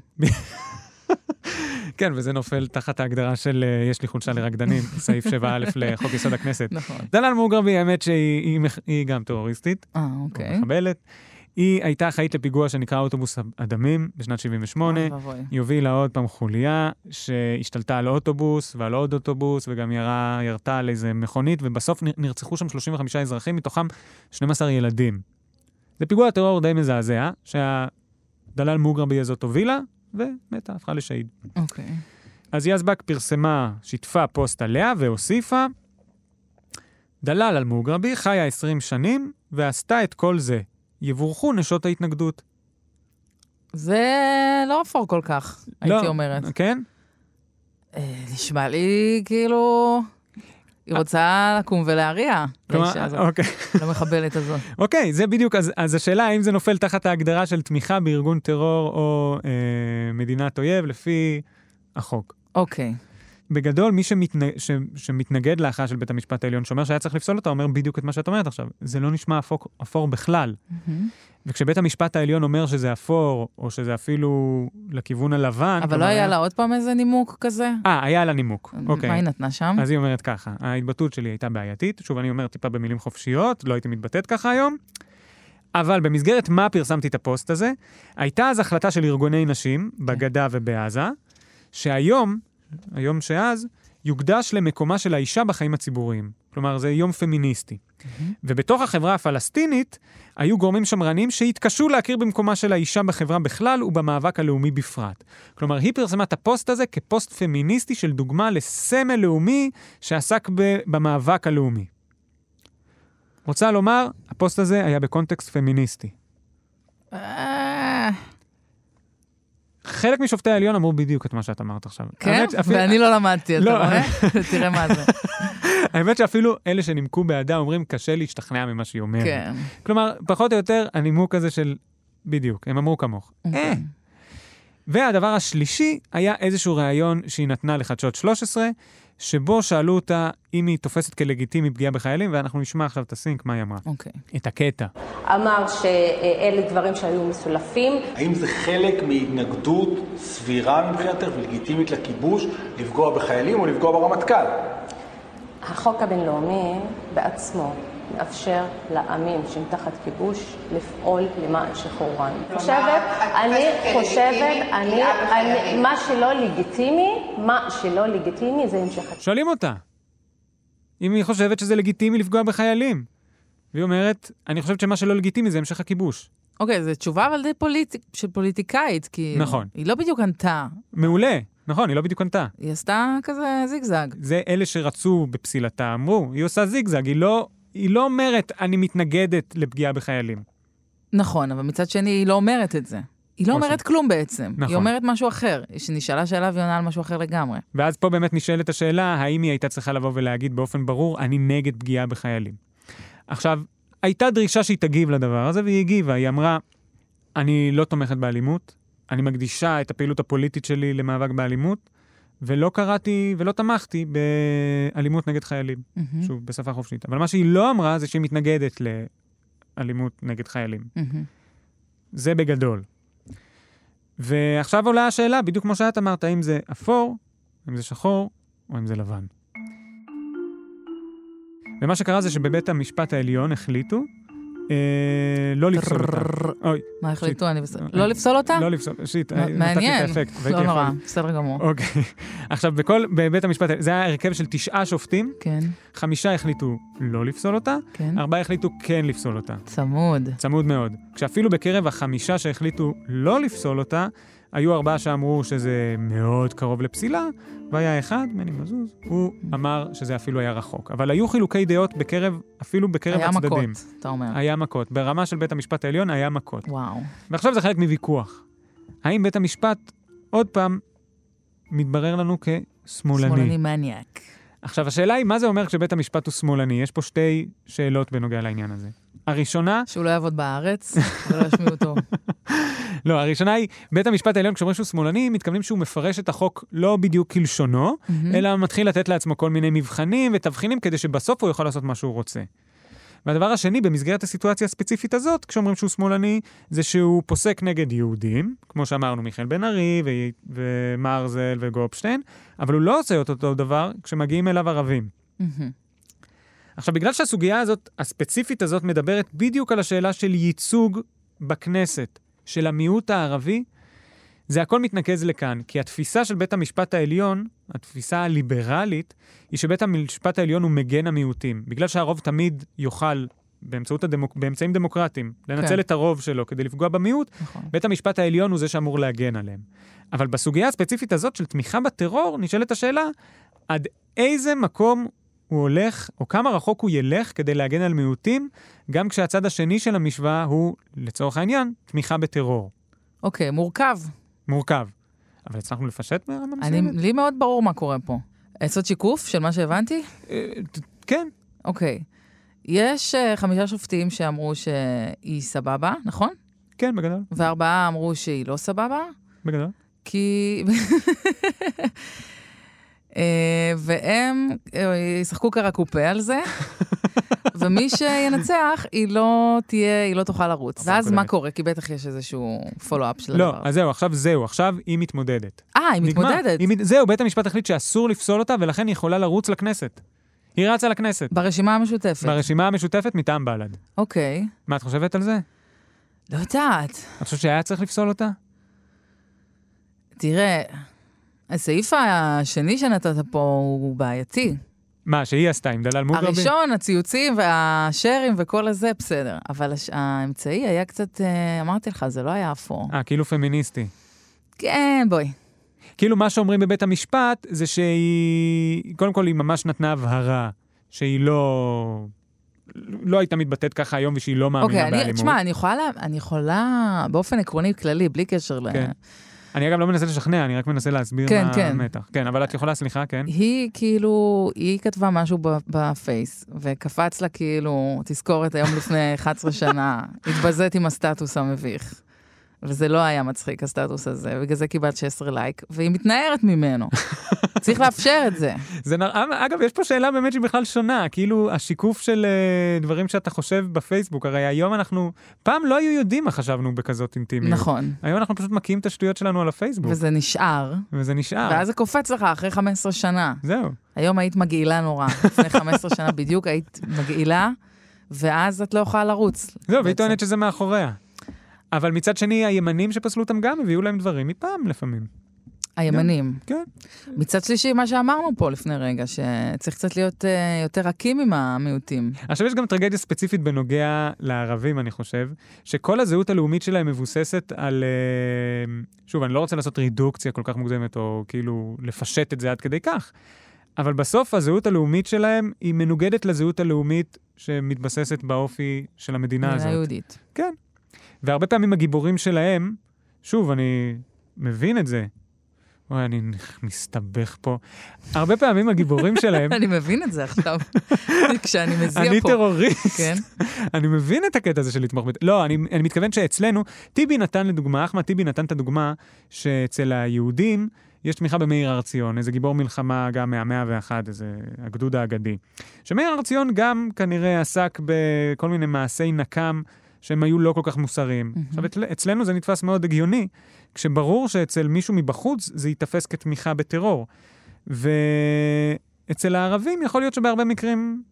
[SPEAKER 2] כן, וזה נופל תחת ההגדרה של אה, יש לי חולשה לרקדנים, סעיף 7א לחוק יסוד הכנסת.
[SPEAKER 3] נכון.
[SPEAKER 2] דלאל מוגרבי, האמת שהיא היא מח- היא גם טרוריסטית,
[SPEAKER 3] אה,
[SPEAKER 2] או
[SPEAKER 3] אוקיי.
[SPEAKER 2] מחבלת. היא הייתה אחראית לפיגוע שנקרא אוטובוס הדמים בשנת 78.
[SPEAKER 3] אוי ואבוי.
[SPEAKER 2] היא הובילה עוד פעם חוליה שהשתלטה על אוטובוס ועל עוד אוטובוס, וגם ירה, ירתה על איזה מכונית, ובסוף נ- נרצחו שם 35 אזרחים, מתוכם 12 ילדים. זה פיגוע טרור די מזעזע, שהדלל מוגרבי הזאת הובילה, ומתה, הפכה לשהיד.
[SPEAKER 3] אוקיי.
[SPEAKER 2] אז יזבק פרסמה, שיתפה פוסט עליה והוסיפה, דלל על מוגרבי חיה 20 שנים ועשתה את כל זה. יבורכו נשות ההתנגדות.
[SPEAKER 3] זה לא אפור כל כך, הייתי אומרת.
[SPEAKER 2] כן? אוקיי.
[SPEAKER 3] אה, נשמע לי כאילו... היא רוצה לקום ולהריע,
[SPEAKER 2] אה. כלומר,
[SPEAKER 3] לאישה הזאת,
[SPEAKER 2] אוקיי,
[SPEAKER 3] למחבלת הזאת.
[SPEAKER 2] אוקיי, זה בדיוק, אז, אז השאלה האם זה נופל תחת ההגדרה של תמיכה בארגון טרור או אה, מדינת אויב לפי החוק.
[SPEAKER 3] אוקיי.
[SPEAKER 2] בגדול, מי שמתנג, ש, שמתנגד להכרעה של בית המשפט העליון, שאומר שהיה צריך לפסול אותה, אומר בדיוק את מה שאת אומרת עכשיו. זה לא נשמע אפור, אפור בכלל. Mm-hmm.
[SPEAKER 3] מהמם.
[SPEAKER 2] וכשבית המשפט העליון אומר שזה אפור, או שזה אפילו לכיוון הלבן...
[SPEAKER 3] אבל לא
[SPEAKER 2] כלומר,
[SPEAKER 3] היה לה עוד פעם איזה נימוק כזה?
[SPEAKER 2] אה, היה לה נימוק,
[SPEAKER 3] מה
[SPEAKER 2] אוקיי.
[SPEAKER 3] היא נתנה שם?
[SPEAKER 2] אז היא אומרת ככה, ההתבטאות שלי הייתה בעייתית, שוב, אני אומר טיפה במילים חופשיות, לא הייתי מתבטאת ככה היום, אבל במסגרת מה פרסמתי את הפוסט הזה, הייתה אז החלטה של ארגוני נשים, בגדה ובעזה, שהיום, היום שאז, יוקדש למקומה של האישה בחיים הציבוריים. כלומר, זה יום פמיניסטי. ובתוך החברה הפלסטינית היו גורמים שמרנים שהתקשו להכיר במקומה של האישה בחברה בכלל ובמאבק הלאומי בפרט. כלומר, היא פרסמה את הפוסט הזה כפוסט פמיניסטי של דוגמה לסמל לאומי שעסק ב- במאבק הלאומי. רוצה לומר, הפוסט הזה היה בקונטקסט פמיניסטי.
[SPEAKER 3] אה,
[SPEAKER 2] חלק משופטי העליון אמרו בדיוק את מה שאת אמרת עכשיו.
[SPEAKER 3] כן?
[SPEAKER 2] האמת, אפילו-
[SPEAKER 3] ואני לא למדתי, אתה
[SPEAKER 2] לא.
[SPEAKER 3] רואה? תראה מה זה.
[SPEAKER 2] האמת שאפילו אלה שנימקו בעדה אומרים, קשה להשתכנע ממה שהיא אומרת.
[SPEAKER 3] כן.
[SPEAKER 2] כלומר, פחות או יותר הנימוק הזה של... בדיוק, הם אמרו כמוך.
[SPEAKER 3] כן. אוקיי.
[SPEAKER 2] אה. והדבר השלישי היה איזשהו ריאיון שהיא נתנה לחדשות 13, שבו שאלו אותה אם היא תופסת כלגיטימי פגיעה בחיילים, ואנחנו נשמע עכשיו את הסינק, מה היא אמרה.
[SPEAKER 3] אוקיי.
[SPEAKER 2] את הקטע.
[SPEAKER 5] אמר שאלה דברים שהיו מסולפים.
[SPEAKER 6] האם זה חלק מהתנגדות סבירה מבחינתך ולגיטימית לכיבוש לפגוע בחיילים או לפגוע ברמטכ"ל?
[SPEAKER 5] החוק הבינלאומי בעצמו מאפשר לעמים שמתחת כיבוש לפעול למען שחרורם. חושבת, אני חושבת, אני, אני, מה שלא לגיטימי, מה שלא לגיטימי זה המשך
[SPEAKER 2] שואלים אותה אם היא חושבת שזה לגיטימי לפגוע בחיילים. והיא אומרת, אני חושבת שמה שלא לגיטימי זה המשך הכיבוש.
[SPEAKER 3] אוקיי, זו תשובה אבל די פוליטית, של פוליטיקאית, כי...
[SPEAKER 2] נכון.
[SPEAKER 3] היא לא בדיוק ענתה.
[SPEAKER 2] מעולה, נכון, היא לא בדיוק ענתה.
[SPEAKER 3] היא עשתה כזה זיגזג.
[SPEAKER 2] זה אלה שרצו בפסילתה אמרו, היא עושה זיגזג, היא לא, היא לא אומרת, אני מתנגדת לפגיעה בחיילים.
[SPEAKER 3] נכון, אבל מצד שני היא לא אומרת את זה. היא לא
[SPEAKER 2] נכון.
[SPEAKER 3] אומרת כלום בעצם.
[SPEAKER 2] נכון.
[SPEAKER 3] היא אומרת משהו אחר. שנשאלה שאלה והיא עונה על משהו אחר לגמרי.
[SPEAKER 2] ואז פה באמת נשאלת השאלה, האם היא הייתה צריכה לבוא ולהגיד באופן ברור, אני נגד פגיעה בחיילים. עכשיו, הייתה דרישה שהיא תגיב לדבר הזה, והיא הגיבה, היא אמרה, אני לא תומכת באלימות, אני מקדישה את הפעילות הפוליטית שלי למאבק באלימות, ולא קראתי ולא תמכתי באלימות נגד חיילים,
[SPEAKER 3] מהמם,
[SPEAKER 2] שוב, בשפה חופשית. אבל מה שהיא לא אמרה זה שהיא מתנגדת לאלימות נגד חיילים.
[SPEAKER 3] מהמם.
[SPEAKER 2] זה בגדול. ועכשיו עולה השאלה, בדיוק כמו שאת אמרת, האם זה אפור, אם זה שחור, או אם זה לבן. ומה שקרה זה שבבית המשפט העליון החליטו אה, לא לפסול אותה. אוי,
[SPEAKER 3] מה החליטו? אני בסדר.
[SPEAKER 2] אה,
[SPEAKER 3] לא לפסול אותה?
[SPEAKER 2] לא לפסול, שיט, אה,
[SPEAKER 3] מ-
[SPEAKER 2] נתתי את
[SPEAKER 3] מעניין.
[SPEAKER 2] האפקט.
[SPEAKER 3] לא
[SPEAKER 2] והייתי יכול-
[SPEAKER 3] נורא, בסדר גמור.
[SPEAKER 2] אוקיי. עכשיו, בכל, בבית המשפט, זה היה הרכב של תשעה שופטים,
[SPEAKER 3] כן,
[SPEAKER 2] חמישה החליטו לא לפסול אותה,
[SPEAKER 3] כן.
[SPEAKER 2] ארבעה החליטו כן לפסול אותה.
[SPEAKER 3] צמוד.
[SPEAKER 2] צמוד מאוד. כשאפילו בקרב החמישה שהחליטו לא לפסול אותה, היו ארבעה שאמרו שזה מאוד קרוב לפסילה, והיה אחד, מני מזוז, הוא אמר שזה אפילו היה רחוק. אבל היו חילוקי דעות בקרב, אפילו בקרב
[SPEAKER 3] היה
[SPEAKER 2] הצדדים. אה.
[SPEAKER 3] מכות, אתה אומר.
[SPEAKER 2] היה מכות. ברמה של בית המשפט העליון היה מכות.
[SPEAKER 3] וואו.
[SPEAKER 2] ועכשיו זה חלק מוויכוח. האם בית המשפט, עוד פעם, מתברר לנו כשמאלני.
[SPEAKER 3] שמאלני מניאק.
[SPEAKER 2] עכשיו, השאלה היא, מה זה אומר כשבית המשפט הוא שמאלני? יש פה שתי שאלות בנוגע לעניין הזה. הראשונה,
[SPEAKER 3] שהוא לא יעבוד בארץ, ולא ישמיעו אותו.
[SPEAKER 2] לא, הראשונה היא, בית המשפט העליון, כשאומרים שהוא שמאלני, מתכוונים שהוא מפרש את החוק לא בדיוק כלשונו, אלא מתחיל לתת לעצמו כל מיני מבחנים ותבחינים כדי שבסוף הוא יכול לעשות מה שהוא רוצה. והדבר השני, במסגרת הסיטואציה הספציפית הזאת, כשאומרים שהוא שמאלני, זה שהוא פוסק נגד יהודים, כמו שאמרנו, מיכאל בן ארי ו... ומרזל וגופשטיין, אבל הוא לא עושה את אותו דבר כשמגיעים אליו ערבים.
[SPEAKER 3] מהמם.
[SPEAKER 2] עכשיו, בגלל שהסוגיה הזאת, הספציפית הזאת, מדברת בדיוק על השאלה של ייצוג בכנסת של המיעוט הערבי, זה הכל מתנקז לכאן, כי התפיסה של בית המשפט העליון, התפיסה הליברלית, היא שבית המשפט העליון הוא מגן המיעוטים. בגלל שהרוב תמיד יוכל, באמצעות הדמוק... באמצעים דמוקרטיים, לנצל
[SPEAKER 3] כן.
[SPEAKER 2] את הרוב שלו כדי לפגוע במיעוט,
[SPEAKER 3] נכון.
[SPEAKER 2] בית המשפט העליון הוא זה שאמור להגן עליהם. אבל בסוגיה הספציפית הזאת של תמיכה בטרור, נשאלת השאלה, עד איזה מקום הוא הולך, או כמה רחוק הוא ילך כדי להגן על מיעוטים, גם כשהצד השני של המשוואה הוא, לצורך העניין, תמיכה בטרור.
[SPEAKER 3] אוקיי, מורכב.
[SPEAKER 2] מורכב. אבל הצלחנו לפשט ברמה
[SPEAKER 3] אני-
[SPEAKER 2] מסוימת?
[SPEAKER 3] לי מאוד ברור מה קורה פה. עצות שיקוף של מה שהבנתי?
[SPEAKER 2] אה, ת- כן,
[SPEAKER 3] אוקיי. יש אה, חמישה שופטים שאמרו שהיא סבבה, נכון?
[SPEAKER 2] כן, בגדול,
[SPEAKER 3] וארבעה אמרו שהיא לא סבבה,
[SPEAKER 2] בגדול.
[SPEAKER 3] כי... אה, והם אה, ישחקו קרקופה על זה, ומי שינצח, היא לא תהיה, היא לא תוכל לרוץ.
[SPEAKER 2] אבל
[SPEAKER 3] ואז מה
[SPEAKER 2] קודמת.
[SPEAKER 3] קורה? כי בטח יש איזשהו פולו-אפ של
[SPEAKER 2] לא,
[SPEAKER 3] הדבר.
[SPEAKER 2] אז זהו, עכשיו זהו, עכשיו היא מתמודדת.
[SPEAKER 3] אה, היא
[SPEAKER 2] נגמר.
[SPEAKER 3] מתמודדת.
[SPEAKER 2] היא מת- זהו, בית המשפט החליט שאסור לפסול אותה, ולכן היא יכולה לרוץ לכנסת. היא רצה לכנסת.
[SPEAKER 3] ברשימה המשותפת.
[SPEAKER 2] ברשימה המשותפת מטעם בל"ד.
[SPEAKER 3] אוקיי.
[SPEAKER 2] מה, את חושבת על זה?
[SPEAKER 3] לא יודעת.
[SPEAKER 2] את חושבת שהיה צריך לפסול אותה?
[SPEAKER 3] תראה, הסעיף השני שנתת פה הוא בעייתי.
[SPEAKER 2] מה, שהיא עשתה עם דלאל מוגרבי?
[SPEAKER 3] הראשון, הציוצים והשרים וכל הזה, בסדר. אבל הש- האמצעי היה קצת, אה, אמרתי לך, זה לא היה אפור.
[SPEAKER 2] אה, כאילו פמיניסטי.
[SPEAKER 3] כן, בואי.
[SPEAKER 2] כאילו מה שאומרים בבית המשפט זה שהיא, קודם כל היא ממש נתנה הבהרה שהיא לא, לא הייתה מתבטאת ככה היום ושהיא לא מאמינה
[SPEAKER 3] אוקיי, אני-
[SPEAKER 2] באלימות.
[SPEAKER 3] תשמע, אני יכולה, לה- אני יכולה, באופן עקרוני כללי, בלי קשר ל...
[SPEAKER 2] כן. אני אגב לא מנסה לשכנע, אני רק מנסה להסביר
[SPEAKER 3] כן,
[SPEAKER 2] מה
[SPEAKER 3] כן.
[SPEAKER 2] המתח. כן, אבל את יכולה, סליחה, כן.
[SPEAKER 3] היא כאילו, היא כתבה משהו ב- בפייס, וקפץ לה כאילו, תזכורת היום לפני 11 שנה, התבזית עם הסטטוס המביך. וזה לא היה מצחיק, הסטטוס הזה, בגלל זה קיבלת 16 לייק, והיא מתנערת ממנו. צריך לאפשר את זה.
[SPEAKER 2] זה נר... אגב, יש פה שאלה באמת שהיא בכלל שונה, כאילו השיקוף של אה, דברים שאתה חושב בפייסבוק, הרי היום אנחנו, פעם לא היו יודעים מה חשבנו בכזאת אינטימיות.
[SPEAKER 3] נכון.
[SPEAKER 2] היום אנחנו פשוט מכים את השטויות שלנו על הפייסבוק, וזה,
[SPEAKER 3] וזה נשאר,
[SPEAKER 2] וזה נשאר.
[SPEAKER 3] ואז זה קופץ לך אחרי 15 שנה.
[SPEAKER 2] זהו.
[SPEAKER 3] היום היית מגעילה נורא, לפני 15 שנה בדיוק היית מגעילה, ואז את לא יכולה לרוץ.
[SPEAKER 2] זהו, והיא
[SPEAKER 3] בעצם.
[SPEAKER 2] טוענת שזה מאחוריה. אבל מצד שני, הימנים שפסלו אותם גם הביאו להם דברים מפעם לפעמים.
[SPEAKER 3] הימנים.
[SPEAKER 2] כן.
[SPEAKER 3] מצד שלישי, מה שאמרנו פה לפני רגע, שצריך קצת להיות אה, יותר רכים עם המיעוטים.
[SPEAKER 2] עכשיו יש גם טרגדיה ספציפית בנוגע לערבים, אני חושב, שכל הזהות הלאומית שלהם מבוססת על... אה, שוב, אני לא רוצה לעשות רידוקציה כל כך מוגזמת, או כאילו לפשט את זה עד כדי כך, אבל בסוף הזהות הלאומית שלהם היא מנוגדת לזהות הלאומית שמתבססת באופי של המדינה
[SPEAKER 3] מדינה
[SPEAKER 2] הזאת.
[SPEAKER 3] יהודית.
[SPEAKER 2] והרבה פעמים הגיבורים שלהם, שוב, אני מבין את זה. אוי, אני מסתבך פה. הרבה פעמים הגיבורים שלהם,
[SPEAKER 3] אני מבין את זה עכשיו, כשאני מזיע
[SPEAKER 2] אני
[SPEAKER 3] פה.
[SPEAKER 2] טרוריסט.
[SPEAKER 3] כן,
[SPEAKER 2] אני מבין את הקטע הזה של לתמוך בת... לא, אני, אני מתכוון שאצלנו, טיבי נתן לדוגמה, אחמד טיבי נתן את הדוגמה שאצל היהודים יש תמיכה במאיר הר ציון, איזה גיבור מלחמה גם מהמאה ואחת, איזה הגדוד האגדי. שמאיר הר ציון גם כנראה עסק בכל מיני מעשי נקם. שהם היו לא כל כך מוסריים. עכשיו, אצל, אצלנו זה נתפס מאוד הגיוני, כשברור שאצל מישהו מבחוץ זה ייתפס כתמיכה בטרור. ואצל הערבים יכול להיות שבהרבה מקרים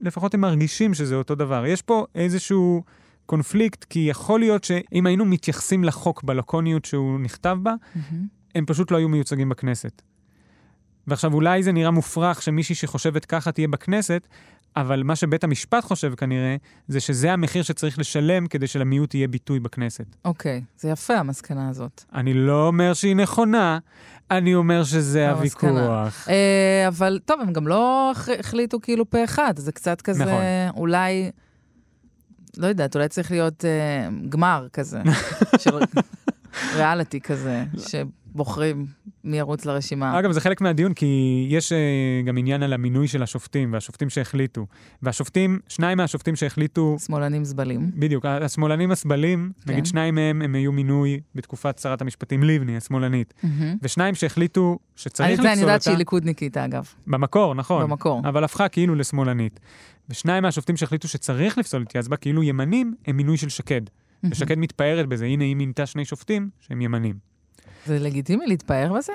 [SPEAKER 2] לפחות הם מרגישים שזה אותו דבר. יש פה איזשהו קונפליקט, כי יכול להיות שאם היינו מתייחסים לחוק בלקוניות שהוא נכתב בה,
[SPEAKER 3] מהמם.
[SPEAKER 2] הם פשוט לא היו מיוצגים בכנסת. ועכשיו, אולי זה נראה מופרך שמישהי שחושבת ככה תהיה בכנסת, אבל מה שבית המשפט חושב כנראה, זה שזה המחיר שצריך לשלם כדי שלמיעוט יהיה ביטוי בכנסת.
[SPEAKER 3] אוקיי, זה יפה המסקנה הזאת.
[SPEAKER 2] אני לא אומר שהיא נכונה, אני אומר שזה
[SPEAKER 3] המסקנה.
[SPEAKER 2] הוויכוח.
[SPEAKER 3] אה, אבל טוב, הם גם לא הח- החליטו כאילו פה אחד, זה קצת
[SPEAKER 2] נכון.
[SPEAKER 3] כזה, אולי, לא יודעת, אולי צריך להיות אה, גמר כזה, של ריאליטי כזה, שבוחרים מי ירוץ לרשימה.
[SPEAKER 2] אגב, זה חלק מהדיון, כי יש אה, גם עניין על המינוי של השופטים, והשופטים שהחליטו. והשופטים, שניים מהשופטים שהחליטו,
[SPEAKER 3] שמאלנים זבלים.
[SPEAKER 2] בדיוק, ה- השמאלנים הסבלים,
[SPEAKER 3] כן.
[SPEAKER 2] נגיד שניים מהם, הם היו מינוי בתקופת שרת המשפטים לבני, השמאלנית.
[SPEAKER 3] מהמם.
[SPEAKER 2] ושניים שהחליטו
[SPEAKER 3] אני
[SPEAKER 2] שצריך
[SPEAKER 3] זה, אני
[SPEAKER 2] לפסול
[SPEAKER 3] יודעת שהיא
[SPEAKER 2] אותה,
[SPEAKER 3] ליכודניקית, אגב,
[SPEAKER 2] במקור, נכון,
[SPEAKER 3] במקור.
[SPEAKER 2] אבל הפכה כאילו לשמאלנית. ושניים מהשופטים שהחליטו שצריך לפסול את יזבק, כאילו ימנים, הם מינוי של שקד. ושקד מתפארת בזה, הנה היא מינתה שני שופטים שהם ימנים.
[SPEAKER 3] זה לגיטימי להתפאר בזה?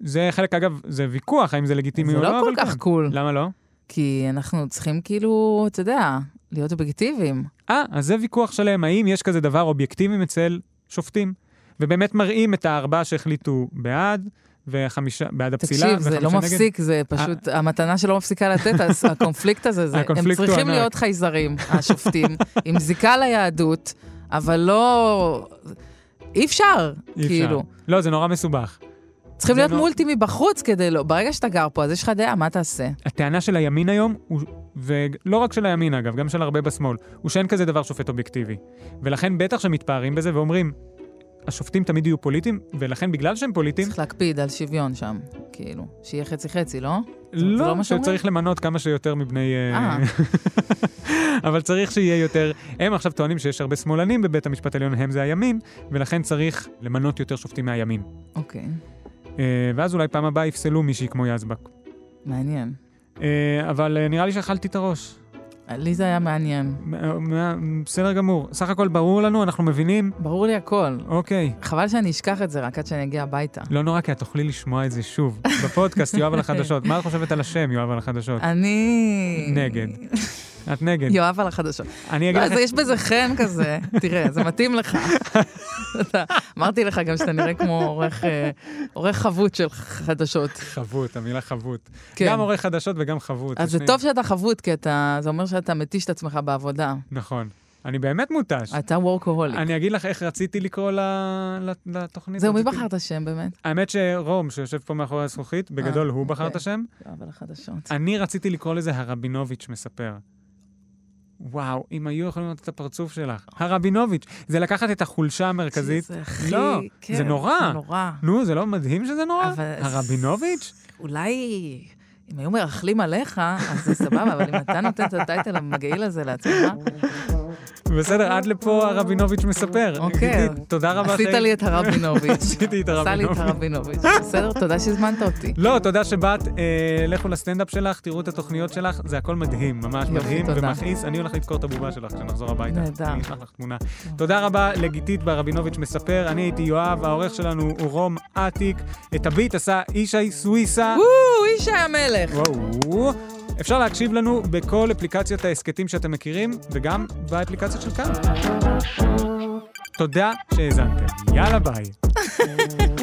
[SPEAKER 2] זה חלק, אגב, זה ויכוח, האם זה לגיטימי
[SPEAKER 3] זה
[SPEAKER 2] או לא,
[SPEAKER 3] לא כל
[SPEAKER 2] אבל
[SPEAKER 3] כך
[SPEAKER 2] כן.
[SPEAKER 3] קול,
[SPEAKER 2] למה לא?
[SPEAKER 3] כי אנחנו צריכים כאילו, אתה יודע, להיות אובייקטיביים.
[SPEAKER 2] אה, אז זה ויכוח שלם, האם יש כזה דבר אובייקטיבי אצל שופטים? ובאמת מראים את הארבעה שהחליטו בעד, וחמישה, בעד הפסילה,
[SPEAKER 3] תקשיב, זה
[SPEAKER 2] וחמישה
[SPEAKER 3] לא
[SPEAKER 2] נגד. אה.
[SPEAKER 3] מפסיק, זה פשוט, המתנה שלא מפסיקה לתת, אז הקונפליקט הזה, זה, הם
[SPEAKER 2] הקונפליקט הוא
[SPEAKER 3] צריכים
[SPEAKER 2] ענק.
[SPEAKER 3] להיות חייזרים, השופטים, עם זיקה ליהדות, אבל לא... אי אפשר,
[SPEAKER 2] אי אפשר.
[SPEAKER 3] כאילו.
[SPEAKER 2] לא, זה נורא מסובך.
[SPEAKER 3] צריכים
[SPEAKER 2] זה לא-
[SPEAKER 3] להיות
[SPEAKER 2] נורא-
[SPEAKER 3] מולטי מבחוץ כדי לא... ברגע שאתה גר פה, אז יש לך דעה, מה תעשה?
[SPEAKER 2] הטענה של הימין היום, הוא, ולא רק של הימין אגב, גם של הרבה בשמאל, הוא שאין כזה דבר שופט אובייקטיבי. ולכן בטח שמתפארים בזה ואומרים, השופטים תמיד יהיו פוליטיים, ולכן בגלל שהם פוליטיים,
[SPEAKER 3] צריך להקפיד על שוויון שם, כאילו. שיהיה חצי-חצי, לא? זה לא
[SPEAKER 2] לא,
[SPEAKER 3] מה שאומרים?
[SPEAKER 2] שצריך למנות כמה שיותר מבני... אה,
[SPEAKER 3] אה.
[SPEAKER 2] אבל צריך שיהיה יותר... הם עכשיו טוענים שיש הרבה שמאלנים בבית המשפט העליון, הם זה הימין, ולכן צריך למנות יותר שופטים מהימין.
[SPEAKER 3] אוקיי,
[SPEAKER 2] אה, ואז אולי פעם הבאה יפסלו מישהי כמו יזבק.
[SPEAKER 3] מעניין.
[SPEAKER 2] אה, אבל אה, נראה לי שאכלתי את הראש.
[SPEAKER 3] לי זה היה מעניין.
[SPEAKER 2] מה- מה- בסדר גמור. סך הכל ברור לנו, אנחנו מבינים.
[SPEAKER 3] ברור לי הכל.
[SPEAKER 2] אוקיי.
[SPEAKER 3] חבל שאני אשכח את זה רק עד שאני אגיע הביתה.
[SPEAKER 2] לא נורא, כי את תוכלי לשמוע את זה שוב. בפודקאסט, יואב על החדשות. מה את חושבת על השם, יואב על החדשות?
[SPEAKER 3] אני...
[SPEAKER 2] נגד. את נגד.
[SPEAKER 3] אה, יואב על החדשות.
[SPEAKER 2] אני אגיד
[SPEAKER 3] לא,
[SPEAKER 2] לך-
[SPEAKER 3] אז יש בזה חן כזה, תראה, זה מתאים לך. אתה- אמרתי לך גם שאתה נראה כמו עורך, אה, עורך חבוט של חדשות.
[SPEAKER 2] חבוט, המילה חבוט.
[SPEAKER 3] כן.
[SPEAKER 2] גם עורך חדשות וגם חבוט.
[SPEAKER 3] אז זה
[SPEAKER 2] שני-
[SPEAKER 3] טוב שאתה חבוט, כי אתה, זה אומר שאתה מתיש את עצמך בעבודה.
[SPEAKER 2] נכון. אני באמת מותש.
[SPEAKER 3] אתה וורקוהוליק.
[SPEAKER 2] אני אגיד לך איך רציתי לקרוא ל- ל- לתוכנית.
[SPEAKER 3] זהו, מי
[SPEAKER 2] רציתי-
[SPEAKER 3] בחר את השם באמת?
[SPEAKER 2] האמת שרום, שיושב פה מאחורי הזכוכית, בגדול
[SPEAKER 3] אה,
[SPEAKER 2] הוא בחר את
[SPEAKER 3] אוקיי.
[SPEAKER 2] השם.
[SPEAKER 3] יואב על החדשות.
[SPEAKER 2] אני רציתי לקרוא לזה הרבינוביץ' מספר. וואו, אם היו יכולים לראות את הפרצוף שלך. הרבינוביץ', זה לקחת את החולשה המרכזית.
[SPEAKER 3] אה. שזה הכי...
[SPEAKER 2] לא,
[SPEAKER 3] כן,
[SPEAKER 2] זה נורא.
[SPEAKER 3] זה נורא.
[SPEAKER 2] נו, זה לא מדהים שזה נורא?
[SPEAKER 3] אבל-
[SPEAKER 2] הרבינוביץ'?
[SPEAKER 3] אולי אם היו מרכלים עליך, אז זה סבבה, אבל אם אתה נותן את הטייטל המגעיל הזה לעצמך,
[SPEAKER 2] בסדר, עד לפה הרבינוביץ' מספר.
[SPEAKER 3] אוקיי.
[SPEAKER 2] עידית, תודה רבה.
[SPEAKER 3] עשית
[SPEAKER 2] שהיית-
[SPEAKER 3] לי את הרבינוביץ'.
[SPEAKER 2] עשיתי את
[SPEAKER 3] עשה לי את
[SPEAKER 2] הרבינוביץ'.
[SPEAKER 3] הרבינוביץ'. בסדר? תודה שהזמנת אותי.
[SPEAKER 2] לא, תודה שבאת. אה, לכו לסטנדאפ שלך, תראו את התוכניות שלך, זה הכל מדהים, ממש
[SPEAKER 3] יופי,
[SPEAKER 2] מדהים
[SPEAKER 3] תודה.
[SPEAKER 2] ומכעיס. אני הולך לדקור את הבובה שלך כשנחזור הביתה.
[SPEAKER 3] נהדר.
[SPEAKER 2] אני אשלח לך תמונה. תודה רבה לגיתית ברבינוביץ' מספר. אני הייתי יואב, העורך שלנו הוא רום אטיק. את הביט עשה ישי סוויסה.
[SPEAKER 3] וואו, איש היה מלך.
[SPEAKER 2] וואו. אפשר להקשיב לנו בכל אפליקציות ההסכתים שאתם מכירים, וגם באפליקציות של כאן. תודה שהאזנתם. יאללה ביי.